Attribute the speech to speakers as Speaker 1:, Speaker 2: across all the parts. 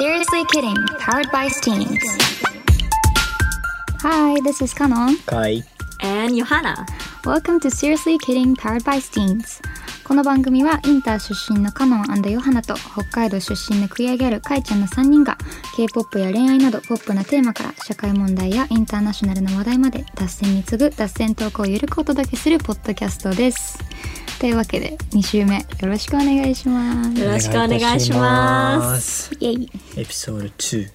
Speaker 1: Seriously Kidding, powered by Steams. Hi, this is Kanon.
Speaker 2: かい
Speaker 3: and Johanna.
Speaker 1: Welcome to Seriously Kidding, powered by Steams. この番組はインター出身のカノンヨハナと北海道出身のクリアギャルカイちゃんの3人が K-POP や恋愛などポップなテーマから社会問題やインターナショナルな話題まで脱線に次ぐ脱線トークをゆるくお届けするポッドキャストです。というわけで2週目よろしくお願いします。
Speaker 3: よろしくお願いします
Speaker 1: イエイ
Speaker 2: エピソード2
Speaker 3: イ
Speaker 2: と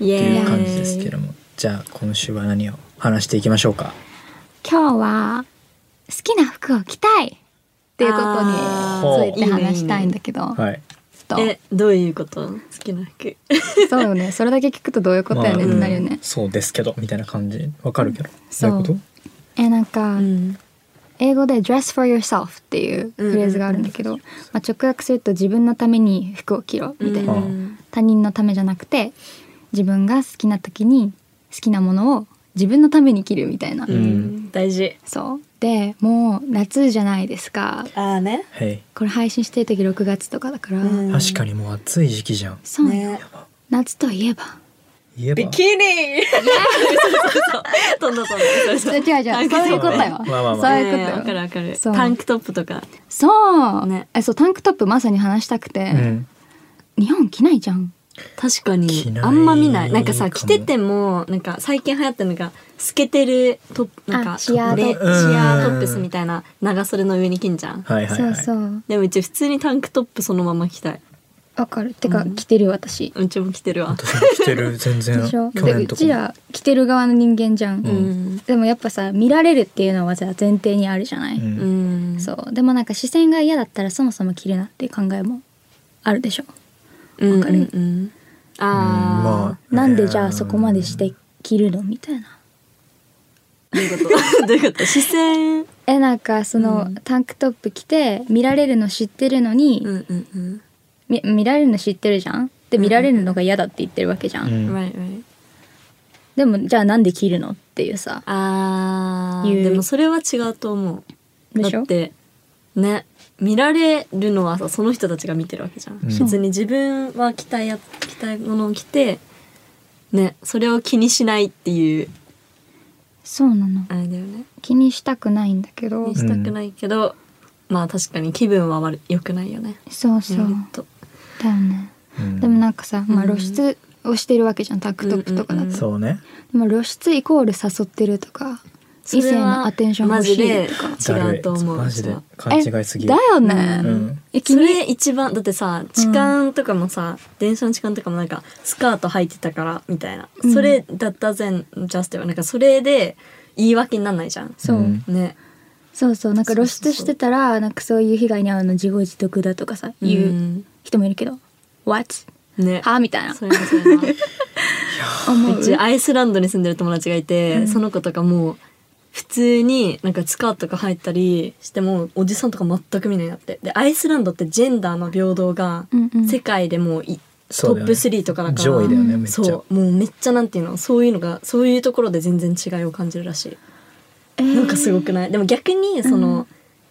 Speaker 3: エ
Speaker 2: いう感じです
Speaker 3: ー
Speaker 2: け
Speaker 3: イ。
Speaker 2: どもじゃあ今週は何を話していきましょうか
Speaker 1: 今日は好きな服を着たいっていうことに
Speaker 3: あ
Speaker 2: ー
Speaker 1: ついて話したいんだけど
Speaker 2: はい
Speaker 1: ちょっと
Speaker 3: え、どういうこと好きな服。
Speaker 1: そうよ ねそれだけ聞くとどういうことやねんって
Speaker 2: まあ
Speaker 1: なるよね、
Speaker 2: そうですけどみたいな感じわかるけど
Speaker 1: そう
Speaker 2: どういうこ
Speaker 1: えなんか、
Speaker 3: うん。
Speaker 1: 英語で dress for yourself っていうフレーズがあるんだけど、まあ、直訳すると自分のために服を着ろみたいな、
Speaker 2: うん
Speaker 1: 他人のためじゃなくて自分が好きな時に好きなものを自分のために着るみたいな、
Speaker 3: う
Speaker 2: うん
Speaker 3: ん。大事。
Speaker 1: そうでもう夏じゃないですか
Speaker 3: ああね。
Speaker 2: とはい
Speaker 1: これ配信してる時6月とかだから、
Speaker 3: うん
Speaker 2: 確かにもう暑い時期じゃん
Speaker 1: そう、
Speaker 3: ね。
Speaker 1: 夏といえば
Speaker 2: 言えば
Speaker 3: ビキニ。そうそうそう。どんどんどんどん。
Speaker 1: 違う違う
Speaker 3: タンクトップ
Speaker 1: そういうことよ、
Speaker 2: まあまあまあ
Speaker 1: そういうこと
Speaker 3: ね
Speaker 1: よ、
Speaker 3: わかるわかる。
Speaker 1: そう
Speaker 3: タンクトップとか。
Speaker 1: そう、
Speaker 3: ね
Speaker 1: えそうタンクトップまさに話したくて、
Speaker 2: うん
Speaker 1: 日本着ないじゃん
Speaker 3: 確か
Speaker 2: 着
Speaker 3: に
Speaker 2: ない
Speaker 3: あんま見ないなんか
Speaker 2: か
Speaker 3: さ
Speaker 2: も
Speaker 3: 着ててもなんか最近流行ったのが透けてるトップなん
Speaker 1: あ
Speaker 3: か
Speaker 1: シアー
Speaker 2: ト
Speaker 3: レシ
Speaker 2: ップうん
Speaker 3: アートップスみたいな長袖の上に着んじゃん
Speaker 2: はいはいはい
Speaker 1: そうそう
Speaker 3: でもうち普通にタンクトップそのまま着たい
Speaker 1: わかるてか、着てる私
Speaker 3: うちも着てるわ
Speaker 2: 私も着てる全然
Speaker 1: でしょ
Speaker 2: 去
Speaker 1: で
Speaker 2: 年
Speaker 1: う
Speaker 2: とか
Speaker 1: ち
Speaker 2: も
Speaker 1: ら着てる側の人間じゃん、
Speaker 3: う
Speaker 2: うん
Speaker 3: ん
Speaker 1: でもやっぱさ見られるっていうのはさ前提にあるじゃない、
Speaker 2: う
Speaker 3: うんん
Speaker 1: そうでもなんか視線が嫌だったらそもそも着るなっていう考えもあるでしょ
Speaker 3: うん
Speaker 1: わかる
Speaker 3: うんうんあ
Speaker 2: まあ
Speaker 1: なんでじゃあそこまでして着るのみたいな
Speaker 3: あどういうこと どういうこと視線
Speaker 1: えなんかその、
Speaker 3: うん
Speaker 1: タンクトップ着て見られるの知ってるのに、
Speaker 3: うんうん
Speaker 1: み見られるの知ってるじゃんで
Speaker 3: うん
Speaker 1: 見られるのが嫌だって言ってるわけじゃん、
Speaker 2: う
Speaker 3: うんん right right
Speaker 1: でもじゃあなんで着るのっていうさ
Speaker 3: あー
Speaker 1: いう
Speaker 3: でもそれは違うと思う
Speaker 1: でしょ
Speaker 3: だってね見られるのはさその人たちが見てるわけじゃん、
Speaker 2: うん
Speaker 3: 別に自分は着たいや着たいものを着てねそれを気にしないっていう
Speaker 1: そうなの
Speaker 3: あれだよね
Speaker 1: 気にしたくないんだけど、
Speaker 3: 気にしたくないけど、まあ確かに気分は悪良くないよね
Speaker 1: そうそう
Speaker 3: やると
Speaker 1: だよね
Speaker 2: うん
Speaker 1: でもなんかさ、まあ、
Speaker 3: うん
Speaker 1: 露出をしてるわけじゃんタンクトップとかだと、
Speaker 3: うんうんうん
Speaker 2: そうね
Speaker 1: でも露出イコール誘ってるとか異性のアテンション
Speaker 3: マ
Speaker 1: 欲し
Speaker 3: ジ
Speaker 1: い
Speaker 3: で
Speaker 1: とか
Speaker 2: だる
Speaker 3: 違
Speaker 2: いう
Speaker 3: と思う
Speaker 2: マジで
Speaker 3: そう
Speaker 2: 勘違いすぎ
Speaker 1: えだよね、
Speaker 2: うん
Speaker 1: え
Speaker 3: そ
Speaker 1: 君
Speaker 3: れ一番だってさ痴漢とかもさ、電車の痴漢とかもなんかスカート履いてたからみたいな、
Speaker 1: うん
Speaker 3: それだったぜんジャスティはなんかそれで言い訳になんないじゃん
Speaker 1: そう、
Speaker 2: うん
Speaker 3: ね
Speaker 1: そうそうなんか露出してたらなんかそういう被害に遭うの自業自得だとかさ言うう人もいるけど「What?
Speaker 3: うんね
Speaker 1: は?」みたいな
Speaker 3: それもそれも
Speaker 1: 思 う
Speaker 3: うちアイスランドに住んでる友達がいて、その子とかもう普通になんかスカートが入ったりしてもおじさんとか全く見ないなってでアイスランドってジェンダーの平等が
Speaker 1: うんうん
Speaker 3: 世界でもうい、
Speaker 2: そうだよね
Speaker 3: トップ3とかだから
Speaker 2: 上位だよねめっちゃ
Speaker 3: そうもうめっちゃなんていうのそういうのがそういうところで全然違いを感じるらしい、
Speaker 1: えー
Speaker 3: なんかすごくないでも逆にそ
Speaker 1: う
Speaker 3: の、
Speaker 1: ん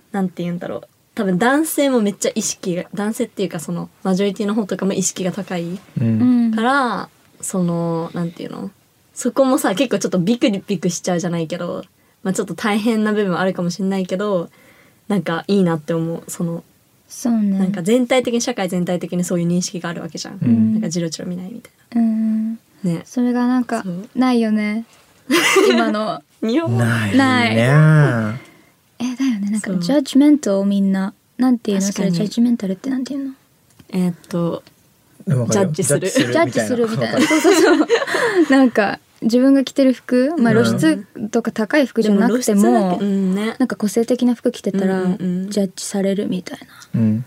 Speaker 3: なんて言うんだろう多分男性もめっちゃ意識が男性っていうかそのマジョリティの方とかも意識が高い
Speaker 2: うん
Speaker 1: うん
Speaker 3: から、そのなんていうのそこもさ結構ちょっとビクビクしちゃうじゃないけど、まあ、ちょっと大変な部分はあるかもしれないけどなんかいいなって思うその
Speaker 1: そうね
Speaker 3: なんか全体的に社会全体的にそういう認識があるわけじゃん、
Speaker 2: うん
Speaker 3: なんかジロジロ見ないみたい
Speaker 1: うん
Speaker 3: なね
Speaker 1: それがなんか
Speaker 3: そう
Speaker 1: ないよね今 の
Speaker 3: 日本
Speaker 2: ない
Speaker 1: ない
Speaker 2: ね
Speaker 1: えだよねなんか
Speaker 3: そう
Speaker 1: ジャッジメントをみんななんていうの
Speaker 3: 確
Speaker 1: そ
Speaker 3: か
Speaker 1: れ
Speaker 3: に
Speaker 1: ジャッジメンタルってなんていうの
Speaker 3: えーっと
Speaker 2: でもわかよ
Speaker 3: ジャッジする
Speaker 1: ジャッジするみたいな
Speaker 2: わか
Speaker 1: そうそうそうなんか自分が着てる服まあ
Speaker 2: うん
Speaker 1: 露出とか高い服じゃなくて
Speaker 3: で
Speaker 1: も
Speaker 3: 露出だけうんね
Speaker 1: なんか個性的な服着てたら
Speaker 3: うんうんうん
Speaker 1: ジャッジされるみたいな
Speaker 2: るうん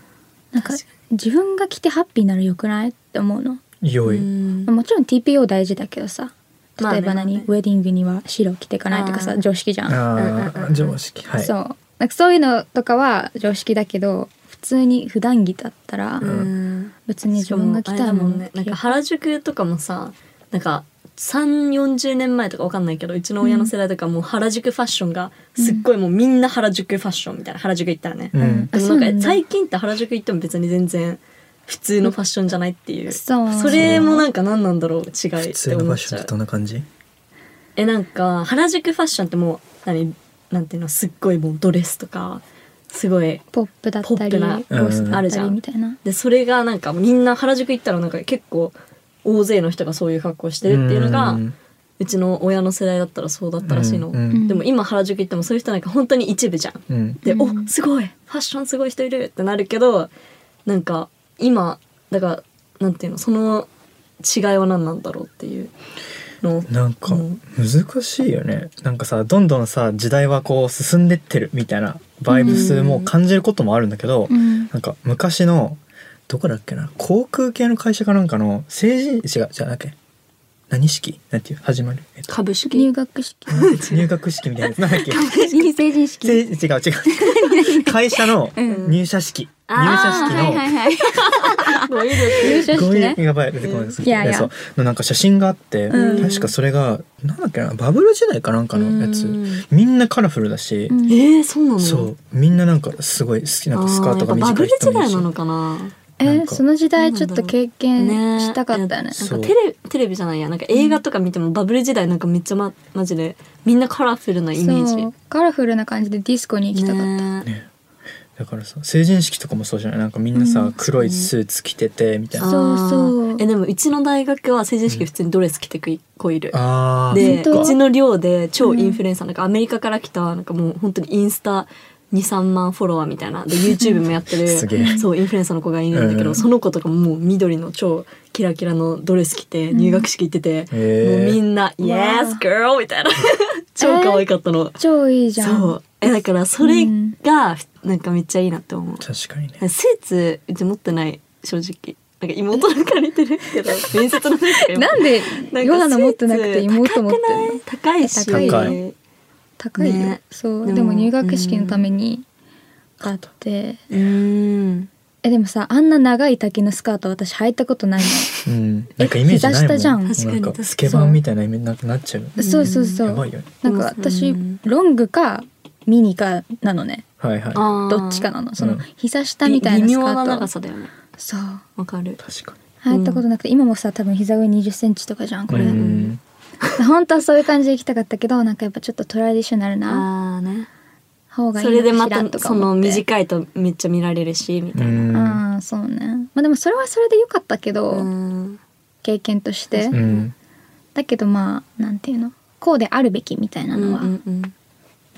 Speaker 1: なんか
Speaker 3: 確か
Speaker 1: 自分が着てハッピーならよくないって思うの
Speaker 2: 良い、
Speaker 3: うん
Speaker 1: もちろん TPO 大事だけどさ
Speaker 3: まあ
Speaker 1: 例
Speaker 3: ね
Speaker 1: えば何、
Speaker 3: まあね
Speaker 1: ウェディングには白着てかないとか
Speaker 3: あ
Speaker 1: さ
Speaker 3: ー
Speaker 1: 常識じゃん
Speaker 2: あ
Speaker 3: うんうん
Speaker 2: あ
Speaker 3: うん
Speaker 2: 常識はい
Speaker 1: そうなんかそういうのとかは常識だけど普通に普段着だったら、
Speaker 3: うん
Speaker 1: 別に自分が着たいもん
Speaker 3: しかあれだねなんか原宿とかもさなんか3 4 0年前とかわかんないけどうちの親の世代とかもう原宿ファッションがすっごいもうみんな原宿ファッションみたいな原宿行ったらね、
Speaker 2: うん
Speaker 3: で
Speaker 1: あ
Speaker 3: も
Speaker 1: そう
Speaker 3: な
Speaker 1: なん
Speaker 3: んか
Speaker 1: だ
Speaker 3: 最近って原宿行っても別に全然普通のファッションじゃないっていう
Speaker 1: そう
Speaker 3: それもなんか何なんだろう違い
Speaker 2: 普
Speaker 3: って
Speaker 2: 通のファ
Speaker 3: 思
Speaker 2: ッ
Speaker 3: っ
Speaker 2: ショ
Speaker 3: ち
Speaker 2: ンっ
Speaker 3: ゃ
Speaker 2: て
Speaker 3: う
Speaker 2: どんな感じ
Speaker 3: えなんか原宿ファッションってもう何なんていうのすっごいもうドレスとかすごい
Speaker 1: ポップだったり
Speaker 3: ポッ
Speaker 2: プな
Speaker 1: ロス
Speaker 2: うん
Speaker 1: だ
Speaker 3: あ
Speaker 1: っ
Speaker 3: るじ
Speaker 1: た
Speaker 3: ゃ
Speaker 1: り
Speaker 3: ん
Speaker 1: みたいな
Speaker 3: でそれがなんかみんな原宿行ったらなんか結構大勢の人がそういう格好してるっていうのが
Speaker 2: ん
Speaker 3: うちの親の世代だったらそうだったらしいの、
Speaker 2: うん
Speaker 1: ん
Speaker 3: でも今原宿行ってもそういう人なんか本当に一部じゃん
Speaker 2: うん
Speaker 3: で、
Speaker 1: うん
Speaker 3: おすごいファッションすごい人いるってなるけどなんか今だからなんていうのその違いは何なんだろうっていうのを
Speaker 2: なんか
Speaker 3: うん
Speaker 2: 難しいよね、なんかさどんどんさ時代はこう進んでってるみたいなバイブスも感じることもあるんだけど、
Speaker 1: うん
Speaker 2: なんか昔のどこだっけな航空系の会社かなんかの成人違うじゃなっけ何式なんていう始まる、えっと、
Speaker 3: 株
Speaker 1: 入
Speaker 3: 式
Speaker 1: 学式
Speaker 2: 入学式みたいなやつなんだっけ
Speaker 1: 成人式
Speaker 2: せ違う違う会社の
Speaker 1: うん
Speaker 2: 入社式、
Speaker 3: あー
Speaker 2: 入社
Speaker 1: あー
Speaker 2: 式
Speaker 1: はいはい
Speaker 2: の
Speaker 1: はい
Speaker 3: 語彙力
Speaker 1: 入社
Speaker 2: す
Speaker 1: 式
Speaker 2: ごい
Speaker 1: ね
Speaker 2: やばい出てこないです
Speaker 1: いやいや
Speaker 2: そうのなんか写真があって、
Speaker 1: うん
Speaker 2: 確かそれがなんだっけなバブル時代かなんかのやつ、みんなカラフルだし、
Speaker 1: うん
Speaker 3: えー、そうなの
Speaker 2: そうみんななんかすごい好きなんかスカートが
Speaker 3: あーや
Speaker 2: 短
Speaker 3: っぱバブ
Speaker 2: い
Speaker 3: ル
Speaker 2: 人
Speaker 3: 時
Speaker 2: もいる
Speaker 3: 代
Speaker 2: し
Speaker 3: なのかな
Speaker 2: な
Speaker 1: え
Speaker 2: んか
Speaker 1: その時代ちょっと経験
Speaker 3: ね
Speaker 1: したかったよね
Speaker 3: なんかテレテレビじゃないやなんか映画とか見てもバブル時代なんかめっちゃまマジでみんなカラフルなイメージ
Speaker 1: そうカラフルな感じでディスコに行きたかった
Speaker 3: ね
Speaker 2: ねだからさ成人式とかもそうじゃないなんかみんなさ、
Speaker 1: うん
Speaker 2: 黒いスーツ着ててみたいな
Speaker 1: そうそう
Speaker 3: あーえでもうちの大学は成人式普通にドレス着てく子いる、
Speaker 2: あー
Speaker 3: で
Speaker 1: 本当
Speaker 3: うちの寮で超インフルエンサーなんかアメリカから来たなんかもう本当にインスタ23万フォロワーみたいなで YouTube もやってる
Speaker 2: すげえ
Speaker 3: そうインフルエンサーの子がいるんだけど、
Speaker 2: うん
Speaker 3: その子とかももう緑の超キラキラのドレス着て入学式行ってて、
Speaker 2: へー
Speaker 3: もうみんな「
Speaker 1: わあ
Speaker 3: Yes girl」みたいな超可愛かったの。
Speaker 1: 超いいじゃん
Speaker 3: そうえだからそれがなんかめっちゃいいなって思う。
Speaker 2: 確かにね
Speaker 3: スーツうち持ってない正直なんか妹の借りてるけど面接の時とか
Speaker 1: なんで
Speaker 3: なん
Speaker 1: ヨ
Speaker 3: か
Speaker 1: ハナ持ってなく
Speaker 3: ス
Speaker 1: て
Speaker 3: ーツ
Speaker 1: 妹持ってるの
Speaker 3: 高くない高いし
Speaker 1: 高
Speaker 2: い高
Speaker 1: い高いよ、
Speaker 3: ね
Speaker 1: そう
Speaker 3: で
Speaker 1: で
Speaker 3: も
Speaker 1: も入学式のために買って
Speaker 3: うん
Speaker 1: えでもさあんな長い丈のスカート私履いたことないの
Speaker 2: うんなんかイメージないもん
Speaker 1: え膝下じゃん
Speaker 3: 確かに
Speaker 2: なん
Speaker 3: 確か
Speaker 2: か
Speaker 3: に
Speaker 2: スケバンみたいなイメージなくなっちゃう
Speaker 1: そうそうそ
Speaker 2: やば
Speaker 1: う
Speaker 2: いよね
Speaker 1: なんか私ロングかミニかなのね
Speaker 2: はいはい
Speaker 3: あー
Speaker 1: どっちかなのそうの
Speaker 2: ん
Speaker 1: 膝下みたいな
Speaker 3: 微
Speaker 1: ス
Speaker 3: 妙
Speaker 1: カ
Speaker 3: な
Speaker 1: ー
Speaker 3: 長
Speaker 1: ト
Speaker 3: さだよね
Speaker 1: そう
Speaker 3: わかる
Speaker 2: 確かに
Speaker 1: 履いたことなくて、今もさ多分膝上2 0センチとかじゃんこれ、
Speaker 2: うんん
Speaker 1: 本当はそういう感じで行きたかったけどなんかやっぱちょっとトラディショナルな
Speaker 3: ああね
Speaker 1: 方がいい
Speaker 3: それでま
Speaker 1: のか
Speaker 3: た
Speaker 1: しら
Speaker 3: その
Speaker 1: とか思って
Speaker 3: 短いとめっちゃ見られるしみたいな
Speaker 2: うん
Speaker 1: ああそうねまあでもそれはそれで良かったけど、
Speaker 3: うん
Speaker 1: 経験として、
Speaker 2: うん
Speaker 1: だけどまあなんていうのこうであるべきみたいなのは、
Speaker 3: うんうん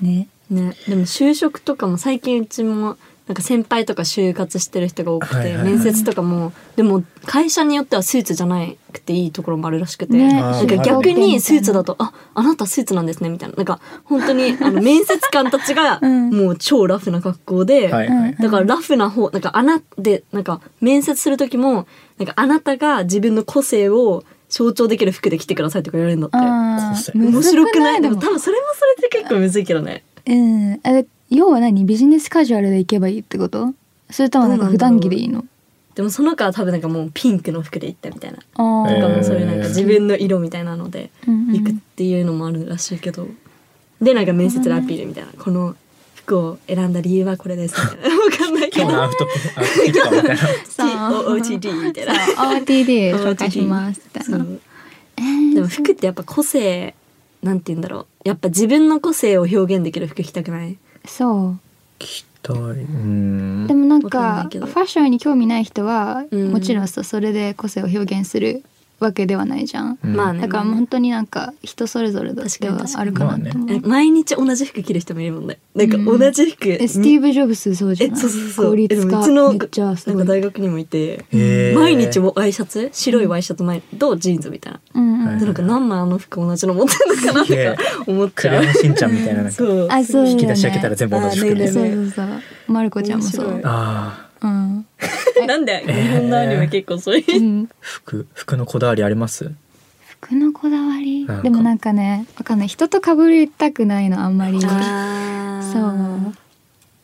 Speaker 1: ね
Speaker 3: うんねでも就職とかも最近うちもなんか先輩とか就活してる人が多く
Speaker 2: はい
Speaker 3: て
Speaker 2: はいはい
Speaker 3: 面接とかもでも会社によってはスーツじゃなくていいところもあるらしくて
Speaker 1: ね
Speaker 2: あ
Speaker 3: なん
Speaker 2: ー
Speaker 3: か
Speaker 2: わ
Speaker 3: 逆
Speaker 2: る
Speaker 3: にスーツだと「ああなたスーツなんですね」みたいななんか本当にあの面接官たちが
Speaker 1: うん
Speaker 3: もう超ラフな格好で、
Speaker 2: はい
Speaker 1: うん
Speaker 2: は
Speaker 1: うん
Speaker 2: い
Speaker 3: だからラフな方なんかあなでなんか面接する時もなんかあなたが自分の個性を象徴できる服で着てくださいとか言われるんだって
Speaker 1: ああ
Speaker 3: 面白くな
Speaker 1: で
Speaker 3: いで
Speaker 1: も
Speaker 3: も多分それもそれって結構むずいけどね。
Speaker 1: うんあれ要は何ビジネスカジュアルで行けばいいってことそれともなんか普段着でいいの
Speaker 3: でもその子は多分なんかもうピンクの服で行ったみたいな。
Speaker 1: ああ
Speaker 2: え
Speaker 3: とか
Speaker 2: ー
Speaker 3: もそういうなんか自分の色みたいなので
Speaker 1: うんうん
Speaker 3: 行くっていうのもあるらしいけど。でなんか面接でアピールみたいな。この服を選んだ理由はこれですみたいな。わかんないけ
Speaker 2: 今
Speaker 3: ど
Speaker 2: 日。のアウトピアウトピットみたいな
Speaker 3: TOOTD みたいな。
Speaker 1: OOTD 紹介しますみたいな
Speaker 3: そう
Speaker 1: えー
Speaker 3: でも服ってやっぱ個性なんて言うんだろうやっぱ自分の個性を表現できる服着たくない
Speaker 1: そう
Speaker 2: 着たいうん
Speaker 1: でもなん
Speaker 3: わかんな
Speaker 1: か
Speaker 3: いけ
Speaker 1: フ
Speaker 3: ど
Speaker 1: ァッションに興味ない人は、
Speaker 3: うん
Speaker 1: もちろんさそれで個性を表現するわけではないじゃん、
Speaker 2: うん
Speaker 3: まあね
Speaker 1: だからもう本当になんか人それぞれだ
Speaker 3: 確
Speaker 1: で
Speaker 3: かに
Speaker 1: はあるかなと思う、
Speaker 3: え毎日同じ服着る人もいるもんねなんか同じ服
Speaker 1: えスティーブ・ジョブスそうじゃ
Speaker 3: え
Speaker 1: ない
Speaker 3: そうそうそう
Speaker 1: 効率
Speaker 3: えで
Speaker 1: 化
Speaker 3: もうちの
Speaker 1: めっちゃす
Speaker 3: な
Speaker 1: ご
Speaker 3: んか
Speaker 1: い、
Speaker 3: 大学にもいて、
Speaker 2: へー
Speaker 3: 毎日もワイシャツ白いワイシャツ前とジーンズみたいな、
Speaker 1: うんうん
Speaker 2: はい
Speaker 3: でなんか何枚あの服同じの持ってるのかな
Speaker 2: すげえ
Speaker 3: とか思っち
Speaker 2: ク
Speaker 3: ゃ
Speaker 2: レヨ
Speaker 3: う
Speaker 2: ンしんちゃんみたいななんか
Speaker 3: そう
Speaker 1: あそう
Speaker 2: 引き出し開けたら全部同じ服
Speaker 3: あねえね
Speaker 2: で
Speaker 3: えね
Speaker 1: そうそうそうマルコちゃんもそ
Speaker 3: 面
Speaker 1: う
Speaker 3: 白
Speaker 2: ああ
Speaker 1: うん、
Speaker 3: なんで日本のアニメ結構そうい
Speaker 1: う
Speaker 3: う、
Speaker 1: ん、
Speaker 2: 服服のこだわりあります
Speaker 1: 服のこだわり
Speaker 2: なんか
Speaker 1: でもなんかねわかんない人と被りたくないのあんまり
Speaker 3: あー
Speaker 1: そう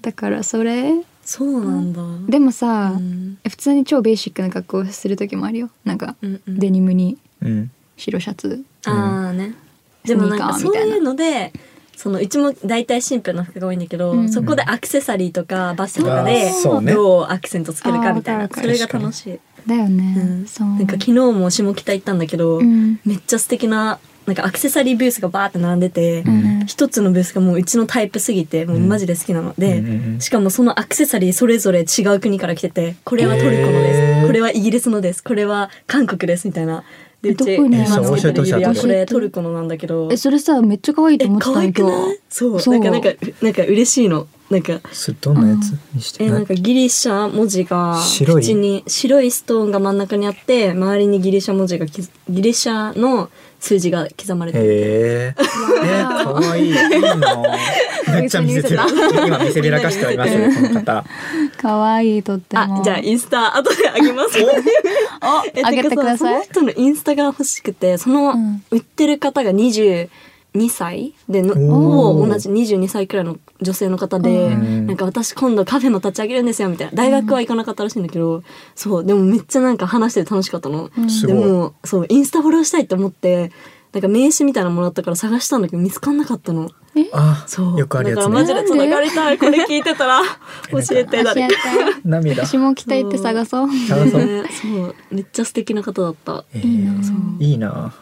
Speaker 1: だからそれ
Speaker 3: そうなんだ、
Speaker 1: でもさ、
Speaker 3: うん
Speaker 1: 普通に超ベーシックな格好をする時もあるよなんか、
Speaker 3: うんうん
Speaker 1: デニムに
Speaker 2: うん
Speaker 1: 白シャツ
Speaker 3: ああね。でもなんか
Speaker 1: スニーカーみ
Speaker 3: そう
Speaker 1: たいな
Speaker 3: いうので、そのうちも大体シンプルな服が多いんだけど、
Speaker 4: うん
Speaker 3: そこでアクセサリーとかバッグとかで
Speaker 4: あーそう
Speaker 2: ね
Speaker 3: どうアクセントつけるかみたい
Speaker 4: あ
Speaker 3: な
Speaker 4: ーわか
Speaker 3: そ
Speaker 4: るわかる
Speaker 3: れが楽しい、
Speaker 4: だよね、
Speaker 3: うん
Speaker 4: そう
Speaker 3: なんか昨日も下北行ったんだけど、
Speaker 4: うん
Speaker 3: めっちゃ素敵ななんかアクセサリーブースがバーって並んでて、
Speaker 4: うん
Speaker 3: 一つのブースがもううちのタイプすぎてもうマジで好きなので、
Speaker 2: うんうんうん
Speaker 3: しかもそのアクセサリーそれぞれ違う国から来ててこれはトルコのです、
Speaker 2: へー
Speaker 3: これはイギリスのですこれは韓国ですみたいなでう
Speaker 1: どこ
Speaker 3: ち
Speaker 1: に
Speaker 3: 今
Speaker 2: えそう
Speaker 3: つけてる
Speaker 2: 教
Speaker 3: 指
Speaker 2: え
Speaker 3: 輪
Speaker 2: て
Speaker 3: これトルコのなんだけど
Speaker 1: えそれさめっちゃ可愛いと
Speaker 3: え
Speaker 1: 思って
Speaker 3: 可
Speaker 1: たん
Speaker 3: 愛
Speaker 1: やけ
Speaker 3: く
Speaker 1: ど
Speaker 3: ないそう
Speaker 1: そう
Speaker 3: なんかなんかなんか嬉しいのなんか
Speaker 2: それどんなやつにして
Speaker 3: えなんかギリシャ文字が
Speaker 2: 白い
Speaker 3: 口に白いストーンが真ん中にあって周りにギリシャ文字がきギリシャの数字が刻まれてる
Speaker 2: へええー、かわいいいいなめっちゃ見せてる今見せびらかしておりますよ この方
Speaker 1: 可愛いとっても
Speaker 3: あじゃあインスタ後であ げます
Speaker 1: あ
Speaker 3: え
Speaker 1: あげてください
Speaker 3: てかその人のインスタが欲しくてその
Speaker 1: うん
Speaker 3: 売ってる方が22歳での
Speaker 2: おー
Speaker 3: 同じ22歳くらいの女性の方で、
Speaker 2: うん
Speaker 3: なんか私今度カフェの立ち上げるんですよみたいな大学は行かなかったらしいんだけど、そうでもめっちゃなんか話してて楽しかったの、
Speaker 2: す
Speaker 3: で
Speaker 2: ごい
Speaker 3: もそうインスタフォローしたいって思ってなんか名刺みたいなのもらったから探したんだけど見つかんなかったの
Speaker 2: あ
Speaker 3: そう
Speaker 2: よくあるや
Speaker 3: だ
Speaker 2: つ
Speaker 3: からマ
Speaker 2: ね
Speaker 3: ジで繋がりたいこれ聞いてたら教えて
Speaker 4: 教え
Speaker 3: 誰
Speaker 4: て
Speaker 3: か
Speaker 2: 涙
Speaker 4: 私も北行って探そう
Speaker 2: 探 そう
Speaker 3: ねそうめっちゃ素敵な方だった
Speaker 2: えー
Speaker 4: いいな
Speaker 3: そう
Speaker 2: いいな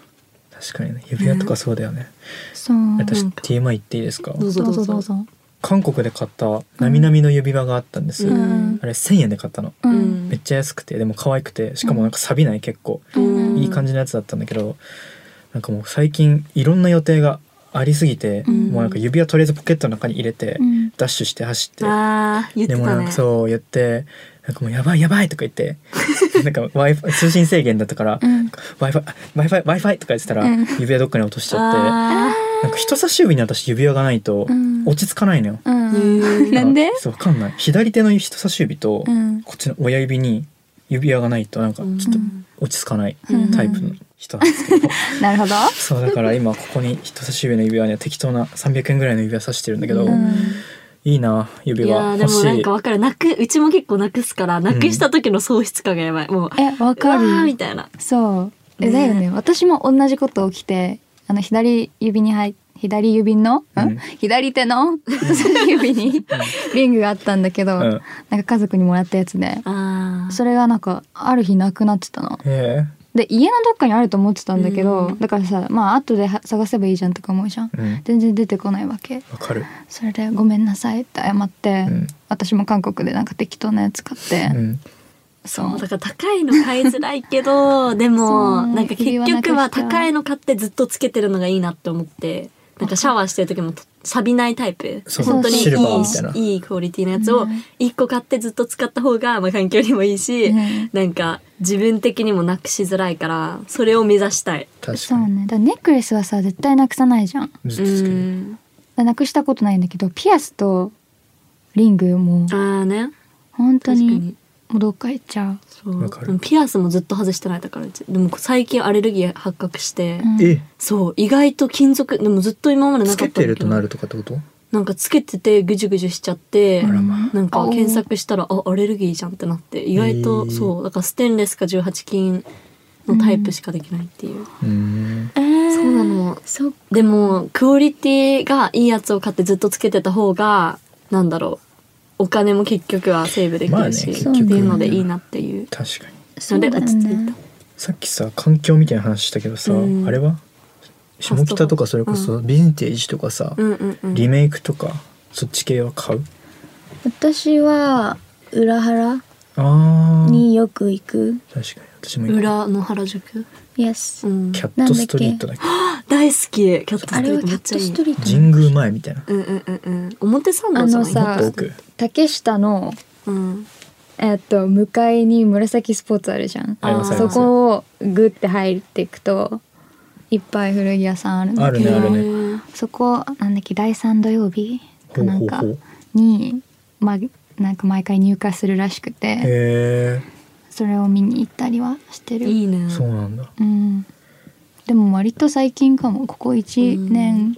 Speaker 2: 確かにね指輪とかそうだよね
Speaker 4: そう
Speaker 2: 私
Speaker 3: なんか
Speaker 2: TMI 言っていいですか
Speaker 3: どうぞ
Speaker 1: どう
Speaker 3: どう
Speaker 1: ぞ
Speaker 3: ぞ
Speaker 1: どうぞ
Speaker 2: 韓国で買ったなみなみの指輪があったんです、
Speaker 3: うん
Speaker 2: あれ1000円で買ったの
Speaker 4: う
Speaker 3: うんん
Speaker 2: めっちゃ安くてでも可愛くてしかもなんか錆びない結構
Speaker 4: うん
Speaker 2: いい感じのやつだったんだけどなんかもう最近いろんな予定がありすぎて、
Speaker 4: うん
Speaker 2: もうなんか指輪とりあえずポケットの中に入れて、
Speaker 4: うん
Speaker 2: ダッシュして走って
Speaker 3: あー言って
Speaker 2: でも
Speaker 3: た
Speaker 2: なん
Speaker 3: ね
Speaker 2: かそう言ってなんかもうやばいやばいとか言ってなんか Wi-Fi 通信制限だったから
Speaker 4: うん
Speaker 2: WiFiWiFiWiFi とか言ってたら
Speaker 4: うん
Speaker 2: 指輪どっかに落としちゃって、
Speaker 3: あ
Speaker 2: なんか人差し指に私指輪がないと
Speaker 4: うん
Speaker 2: 落ち着かないのよ。
Speaker 4: う
Speaker 3: ー
Speaker 4: ん
Speaker 3: うん
Speaker 1: なんで
Speaker 2: そうわかんない左手の人差し指と
Speaker 4: うん
Speaker 2: こっちの親指に指輪がないとなんかちょっと落ち着かないタイプの人なんですけど、
Speaker 1: なるほど
Speaker 2: そうだから今ここに人差し指の指輪には適当な300円ぐらいの指輪さしてるんだけど、
Speaker 1: うん
Speaker 2: いいな指
Speaker 3: いや
Speaker 2: 輪
Speaker 3: ーで
Speaker 2: 欲
Speaker 3: も
Speaker 2: し
Speaker 3: なん
Speaker 2: い
Speaker 3: かわかるなくうちも結構なくすからなくした時の喪失感がやばいもう
Speaker 1: えわか
Speaker 3: うわー
Speaker 1: る
Speaker 3: みたいな
Speaker 1: そうえ
Speaker 3: ね
Speaker 1: だよね私も同じこと起きてあの左指に入左指の、
Speaker 2: うん
Speaker 1: ん、左手の人差し 指にリングがあったんだけど、
Speaker 2: うん
Speaker 1: なんか家族にもらったやつで
Speaker 3: あー
Speaker 1: それがなんかある日なくなってたの
Speaker 2: え
Speaker 1: で家のどっかにあると思ってたんだけど、
Speaker 3: うん
Speaker 1: だからさまあ後では探せばいいじゃんとか思うじゃん
Speaker 2: えうん
Speaker 1: 全然出てこないわけ
Speaker 2: わかる
Speaker 1: それで「ごめんなさい」って謝って、
Speaker 2: うん
Speaker 1: 私も韓国でなんか適当なやつ買って、
Speaker 2: うん
Speaker 1: そ
Speaker 3: そう
Speaker 1: う
Speaker 3: だから高いの買いづらい けどで
Speaker 1: そう
Speaker 3: もなんか結局は
Speaker 1: 指輪なくした
Speaker 3: 高いの買ってずっとつけてるのがいいなって思ってなんかシャワーしてる時も錆びないタイプ
Speaker 2: そう
Speaker 3: 本当にい
Speaker 1: シルバー
Speaker 3: い
Speaker 1: みた
Speaker 2: いない
Speaker 3: いクオリティのやつを
Speaker 1: ね
Speaker 3: 1個買ってずっと使った方がまあ環境にもいいし、
Speaker 1: ね
Speaker 3: なんか自分的にもなくしづらいからそれを目指したい。
Speaker 2: 確
Speaker 1: そ
Speaker 2: か
Speaker 1: う
Speaker 2: に
Speaker 1: ねだからネックレスはさ絶対なくさないじゃん
Speaker 2: ず
Speaker 3: う
Speaker 2: っとつける
Speaker 3: ん
Speaker 1: なくしたことないんだけどピアスとリングも
Speaker 3: あーね
Speaker 1: 本当
Speaker 3: 確か
Speaker 1: に
Speaker 3: に
Speaker 1: もうどっか行っちゃう、
Speaker 3: そう
Speaker 2: わかる
Speaker 3: でもピアスもずっと外してないだからうちでも最近アレルギー発覚して、
Speaker 1: うん
Speaker 2: え
Speaker 3: そう意外と金属でもずっと今まで
Speaker 2: つ
Speaker 3: なかったん
Speaker 2: けて
Speaker 3: だけど
Speaker 2: るとなるとかってこと
Speaker 3: なんかつけててぐじゅぐじゅしちゃって、
Speaker 2: あらま
Speaker 3: なんか
Speaker 1: あ
Speaker 3: 検索したらあアレルギーじゃんってなって意外
Speaker 2: へ
Speaker 3: と
Speaker 2: ー
Speaker 3: そうだからステンレスか18金のタイプしかできないっていう、
Speaker 2: うーん
Speaker 4: えー
Speaker 3: そうなの
Speaker 4: そっか
Speaker 3: でもクオリティがいいやつを買ってずっとつけてた方がなんだろうお金も結局はセーブでき
Speaker 2: まあね
Speaker 3: るし、
Speaker 2: 結
Speaker 4: 局
Speaker 3: っていうのでいいなっていう
Speaker 2: 確かに
Speaker 4: そうだよ
Speaker 3: ので落ち着い
Speaker 4: ね
Speaker 3: た
Speaker 2: さっきさ環境みたいな話したけどさ、
Speaker 3: うん
Speaker 2: あれは下北とかそれこそヴィンテージとかさ、
Speaker 3: うんうんうん
Speaker 2: リメイクとかそっち系は買う
Speaker 4: 私は裏原
Speaker 2: あー
Speaker 4: によく行く
Speaker 2: 確かに私も行く
Speaker 3: 裏の原宿、
Speaker 4: Yes
Speaker 3: うん、
Speaker 2: キャットストリートだっけ
Speaker 3: 大好きキャット
Speaker 4: あ
Speaker 3: スト
Speaker 4: れ
Speaker 3: リ
Speaker 4: は
Speaker 3: ー
Speaker 4: キ
Speaker 3: トめ
Speaker 4: ャッ
Speaker 3: っちゃい
Speaker 4: トス
Speaker 3: い
Speaker 4: トリート
Speaker 2: 神宮前みたいな
Speaker 3: うんうんうんうん表参道
Speaker 1: あ
Speaker 3: じゃ
Speaker 1: の
Speaker 3: ない
Speaker 1: さ
Speaker 2: 奥
Speaker 1: 竹下の
Speaker 3: うん
Speaker 1: えっと向かいに紫スポーツあるじゃん
Speaker 2: ありますあり
Speaker 1: そ
Speaker 2: ます
Speaker 1: こをグッて入っていくといっぱい古着屋さんあるんだけど
Speaker 2: ねあるね
Speaker 3: へー
Speaker 1: そこなんだっけ第3土曜日
Speaker 2: ほ
Speaker 1: か
Speaker 2: う
Speaker 1: な
Speaker 2: ほ
Speaker 1: ん
Speaker 2: う
Speaker 1: か
Speaker 2: ほう
Speaker 1: に、ま、なんか毎回入会するらしくて
Speaker 2: へ
Speaker 1: それを見に行ったりはしてる
Speaker 3: いいね
Speaker 2: えそうなんだ
Speaker 1: うん、でも割と最近かもここ1
Speaker 3: う
Speaker 1: 年、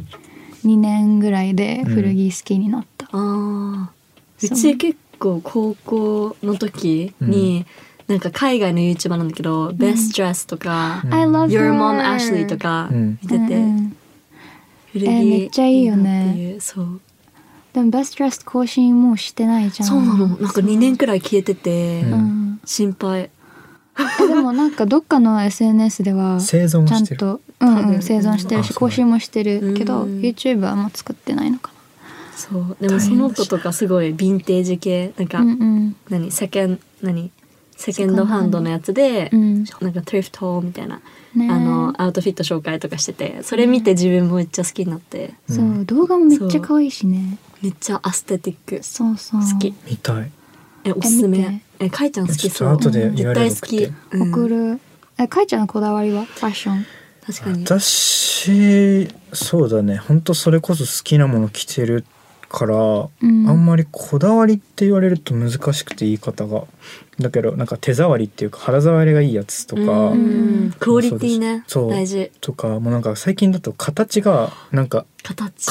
Speaker 1: 2年ぐらいで古着好きになった、
Speaker 3: あーう
Speaker 1: そう
Speaker 3: ち結構高校の時に、なんか海外の YouTuber なんだけど「Best Dress」とか
Speaker 2: うん
Speaker 1: 「I love
Speaker 3: 「Your Mom
Speaker 1: her
Speaker 3: Ashley」とか
Speaker 2: うん
Speaker 3: 見てて、
Speaker 1: うんうん
Speaker 3: 古着、
Speaker 1: えめっちゃいいよね
Speaker 3: いいなっていうそう
Speaker 1: でもベストレス更新もうしてないじゃん
Speaker 3: そうなのなんか2年くらい消えてて、
Speaker 2: うん
Speaker 1: うん
Speaker 3: 心配
Speaker 1: えでもなんかどっかの SNS で は
Speaker 2: 生存
Speaker 1: ちゃん
Speaker 2: してる
Speaker 1: と、うん
Speaker 3: 多
Speaker 1: うん、
Speaker 3: 分
Speaker 1: 生存してる
Speaker 2: あ
Speaker 1: し
Speaker 2: そうなん
Speaker 1: 更
Speaker 2: だ
Speaker 1: 新もしてるけど、
Speaker 3: うん
Speaker 1: YouTube はあんま作ってないのか
Speaker 3: そうでもその子とかすごいヴィンテージ系なんか、
Speaker 1: な。うんうん
Speaker 3: 何セカン何セカンドハンドのやつで、
Speaker 1: うん
Speaker 3: なんかトリフトみたいな、
Speaker 1: ねえ
Speaker 3: あのアウトフィット紹介とかしててそれ見て自分もめっちゃ好きになって
Speaker 1: そう、
Speaker 2: うん
Speaker 1: 動画もめっちゃ可愛いしね
Speaker 3: めっちゃアステティック
Speaker 1: そうそう
Speaker 3: 好き
Speaker 2: 見たい
Speaker 3: えおすす
Speaker 1: え見
Speaker 3: めえかいちゃん好き
Speaker 2: ち
Speaker 3: そう
Speaker 2: ょっと後で言われる
Speaker 3: 絶対好
Speaker 2: と
Speaker 3: き、うん
Speaker 1: 送るえかいちゃんのこだわりはファッション
Speaker 3: 確かに
Speaker 2: 私そうだね本当それこそ好きなもの着てるから、
Speaker 1: ん
Speaker 2: あんまりこだわりって言われると難しくて言い方がだけどなんか手触りっていうか肌触りがいいやつとか、
Speaker 3: うんうんクオリティね
Speaker 2: そう
Speaker 3: 大事
Speaker 2: とかもうなんか最近だと形がなんか
Speaker 3: 形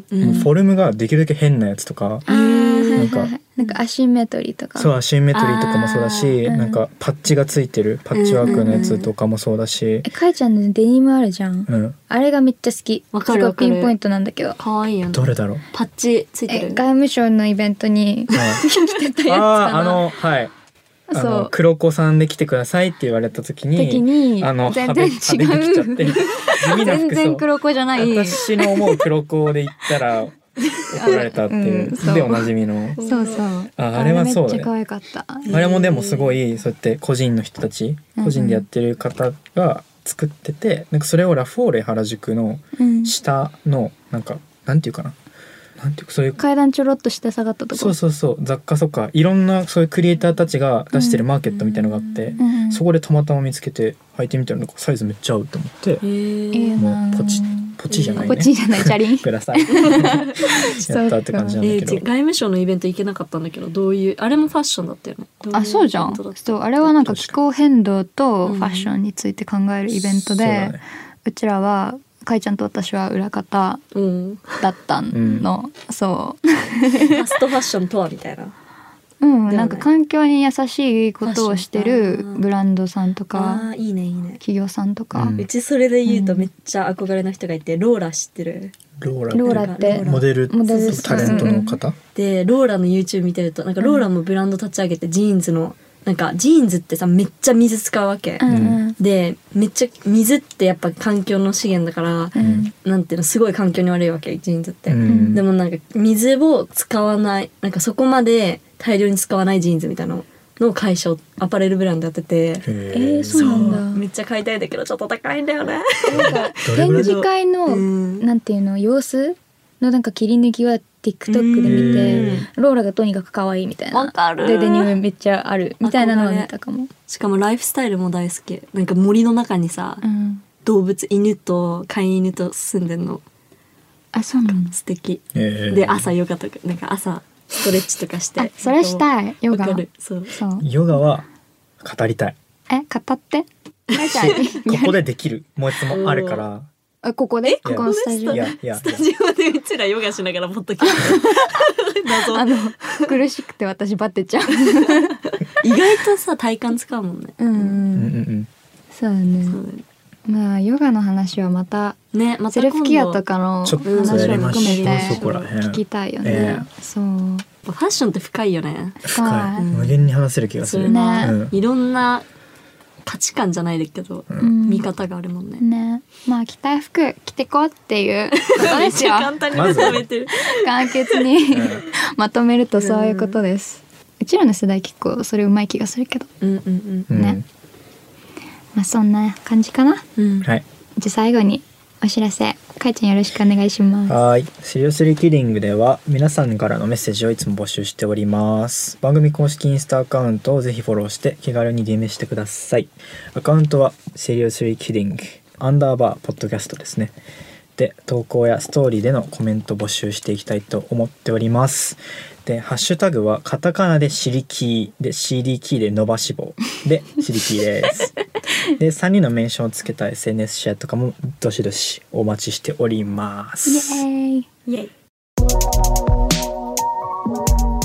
Speaker 2: 形、
Speaker 3: うん
Speaker 2: フォルムができるだけ変なやつとか、
Speaker 3: あー
Speaker 2: なんか
Speaker 5: なんかアシンメトリーとか
Speaker 2: そうアシンメトリーとかもそうだし、
Speaker 5: あーうん
Speaker 2: なんかパッチがついてるパッチワークのやつとかもそうだし
Speaker 5: え、かいちゃんのデニムあるじゃん、
Speaker 2: うん、
Speaker 5: あれがめっちゃ好き
Speaker 3: わかるわかる
Speaker 5: すごいピンポイントなんだけど
Speaker 3: 可愛いよね
Speaker 2: どれだ ろう
Speaker 3: パッチついて
Speaker 5: え
Speaker 3: る
Speaker 5: 外務省のイベントに
Speaker 2: 着てたやつかあーあのはいあ
Speaker 5: そ
Speaker 2: の
Speaker 5: う
Speaker 2: 黒子さんで来てくださいって言われた時に
Speaker 1: 時に
Speaker 2: あ の
Speaker 1: 全然違う
Speaker 2: 派手派手 できちゃって地味な
Speaker 1: 全
Speaker 2: 服
Speaker 1: 然
Speaker 2: 装
Speaker 1: 黒子じゃない
Speaker 2: 私の思う黒子で言ったら怒られたっていう、
Speaker 1: うんそう
Speaker 2: でおなじみの
Speaker 1: そうそう
Speaker 2: ああれはそう
Speaker 1: めっ
Speaker 2: だね
Speaker 1: ちゃ可愛かった
Speaker 2: あれもでもすごいそうやって個人の人たち
Speaker 1: うん
Speaker 2: 個人でやってる方が作っててなんかそれをラフォーレ原宿の
Speaker 1: うん
Speaker 2: 下のなんかなんていうかななんていうかそういう
Speaker 1: 階段ちょろっとして下がったとこ
Speaker 2: そうそうそう雑貨とかいろんなそういうクリエイターたちが出してるマーケットみたいのがあって
Speaker 1: うんうん
Speaker 2: そこでたまたま見つけて履いてみたらなんかサイズめっちゃ合うと思って
Speaker 3: えー
Speaker 1: いいよね
Speaker 2: もうポチポチじゃないね
Speaker 1: ポチじゃ ないチャリン
Speaker 2: くださいやったって感じなん
Speaker 3: えーう
Speaker 2: だ
Speaker 3: ち
Speaker 2: け
Speaker 3: 外
Speaker 2: ど
Speaker 3: 務省のイベント行けなかったんだけどどういうあれもファッションだったよねどい
Speaker 1: あそうじゃ
Speaker 3: イベ
Speaker 1: ん
Speaker 3: ントだった
Speaker 1: そうあれはなんか気候変動とファッションについて考えるイベント
Speaker 2: そう
Speaker 1: で、
Speaker 2: だ
Speaker 1: う
Speaker 2: ね
Speaker 1: ちらはかいちゃんと私は裏方
Speaker 3: うん
Speaker 1: だったの、そう
Speaker 3: ファストファッションとはみたいな
Speaker 1: うん、
Speaker 3: ではない
Speaker 1: なんか環境に優しいことをしてる
Speaker 3: ファッション
Speaker 1: ブランドさんとか
Speaker 3: あーいいねいいね
Speaker 1: 企業さんとか、
Speaker 2: うん
Speaker 3: うちそれで言うとめっちゃ憧れの人がいてローラ知ってる
Speaker 2: ローラ
Speaker 5: ローラ
Speaker 2: っ
Speaker 5: って
Speaker 2: てモデル
Speaker 5: モデル
Speaker 2: タレントの方
Speaker 3: でローラの YouTube 見てるとなんかローラもブランド立ち上げてジーンズのなんかジーンズってさめっちゃ水使うわけ、
Speaker 1: うん
Speaker 2: う
Speaker 3: でめっちゃ水ってやっぱ環境の資源だから、
Speaker 2: ん
Speaker 3: なんていうのすごい環境に悪いわけジーンズって、
Speaker 2: うん
Speaker 3: でもなんか水を使わないなんかそこまで大量に使わないジーンズみたいなのの会社をアパレルブランドやってて
Speaker 2: へ
Speaker 5: えーそうなんだ
Speaker 3: めっちゃ買いたいんだけどちょっと高いんだよね
Speaker 5: なんか
Speaker 2: どれ
Speaker 5: 展
Speaker 2: ぐらい
Speaker 5: 示会の、
Speaker 3: うん
Speaker 5: なんていうの様子のなんか切り抜きは TikTok で見て、ローラがとにかく可愛いみたいな
Speaker 3: わかる
Speaker 5: でデニムめっちゃあるみたいなのは見たかも
Speaker 3: しかもライフスタイルも大好きなんか森の中にさ、
Speaker 1: うん
Speaker 3: 動物犬と飼い犬と住んでんの
Speaker 1: あそうなの
Speaker 3: 素敵
Speaker 2: えー
Speaker 3: で朝ヨガとかなんか朝ストレッチとかして
Speaker 1: あそれしたいヨガ
Speaker 3: わかるそう
Speaker 1: そう
Speaker 2: ヨガは語りたい
Speaker 1: え語ってかいちゃんに
Speaker 2: ここでできるもういつもあるから
Speaker 1: あここでこ
Speaker 2: こ
Speaker 1: このスタジオ
Speaker 2: いやいや
Speaker 3: スタジオでうちらヨガしながらポッドキャス ト
Speaker 1: あ
Speaker 3: 謎
Speaker 1: の苦しくて私バテちゃう
Speaker 3: 意外とさ体幹使うもんね
Speaker 1: うん、
Speaker 2: う
Speaker 1: うん
Speaker 2: うん
Speaker 1: ん、
Speaker 2: うん
Speaker 1: そうだね
Speaker 3: そうだよね
Speaker 1: まあヨガの話はまた
Speaker 3: ねまた
Speaker 1: セルフケアとかの
Speaker 2: ちょっとやりましょうそこら辺
Speaker 1: 聞きたいよ
Speaker 2: え
Speaker 1: ね、そう
Speaker 3: ファッションって深いよね
Speaker 2: 深
Speaker 1: 深
Speaker 2: い
Speaker 1: い
Speaker 2: 無限に話せる気がす
Speaker 3: そ
Speaker 2: る
Speaker 3: れ
Speaker 1: ね
Speaker 3: な、
Speaker 2: うん
Speaker 3: いろんな価値観じゃないけど、
Speaker 1: ん
Speaker 3: 見方があるもんね、
Speaker 1: ねまあ着たい服着てこうって いうこと
Speaker 3: め
Speaker 1: で
Speaker 3: っ
Speaker 1: す
Speaker 3: ち
Speaker 1: よ
Speaker 3: ゃ簡単にまとめてる、
Speaker 1: 簡潔に まとめるとそういうことです、うちらの世代結構それうまい気がするけど
Speaker 3: うんうん
Speaker 2: うん
Speaker 1: ねまあそんな感じかな
Speaker 3: うんうん
Speaker 2: はい
Speaker 1: じゃあ最後にお知らせかいちゃんよろしくお願いします
Speaker 2: はーい。シリオスリーキリングでは皆さんからのメッセージをいつも募集しております。番組公式インスタアカウントをぜひフォローして気軽に DM してください。アカウントはシリオスリーキリングアンダーバーポッドキャストですね。で、投稿やストーリーでのコメント募集していきたいと思っております。で、ハッシュタグはカタカナでシリキーで CD キーで伸ばし棒でシリキーです。で、3人のメンションをつけた SNS シェアとかもどしどしお待ちしております。
Speaker 1: イエーイ
Speaker 3: イエイ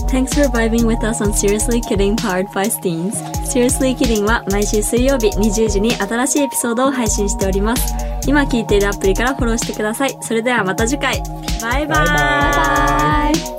Speaker 3: Thanks for vibing with us on Seriously Kidding powered by Steens. Seriously Kidding は毎週水曜日20時に新しいエピソードを配信しております。今聞いているアプリからフォローしてください。それではまた次回。バイバイ。
Speaker 2: バイバイ
Speaker 3: イ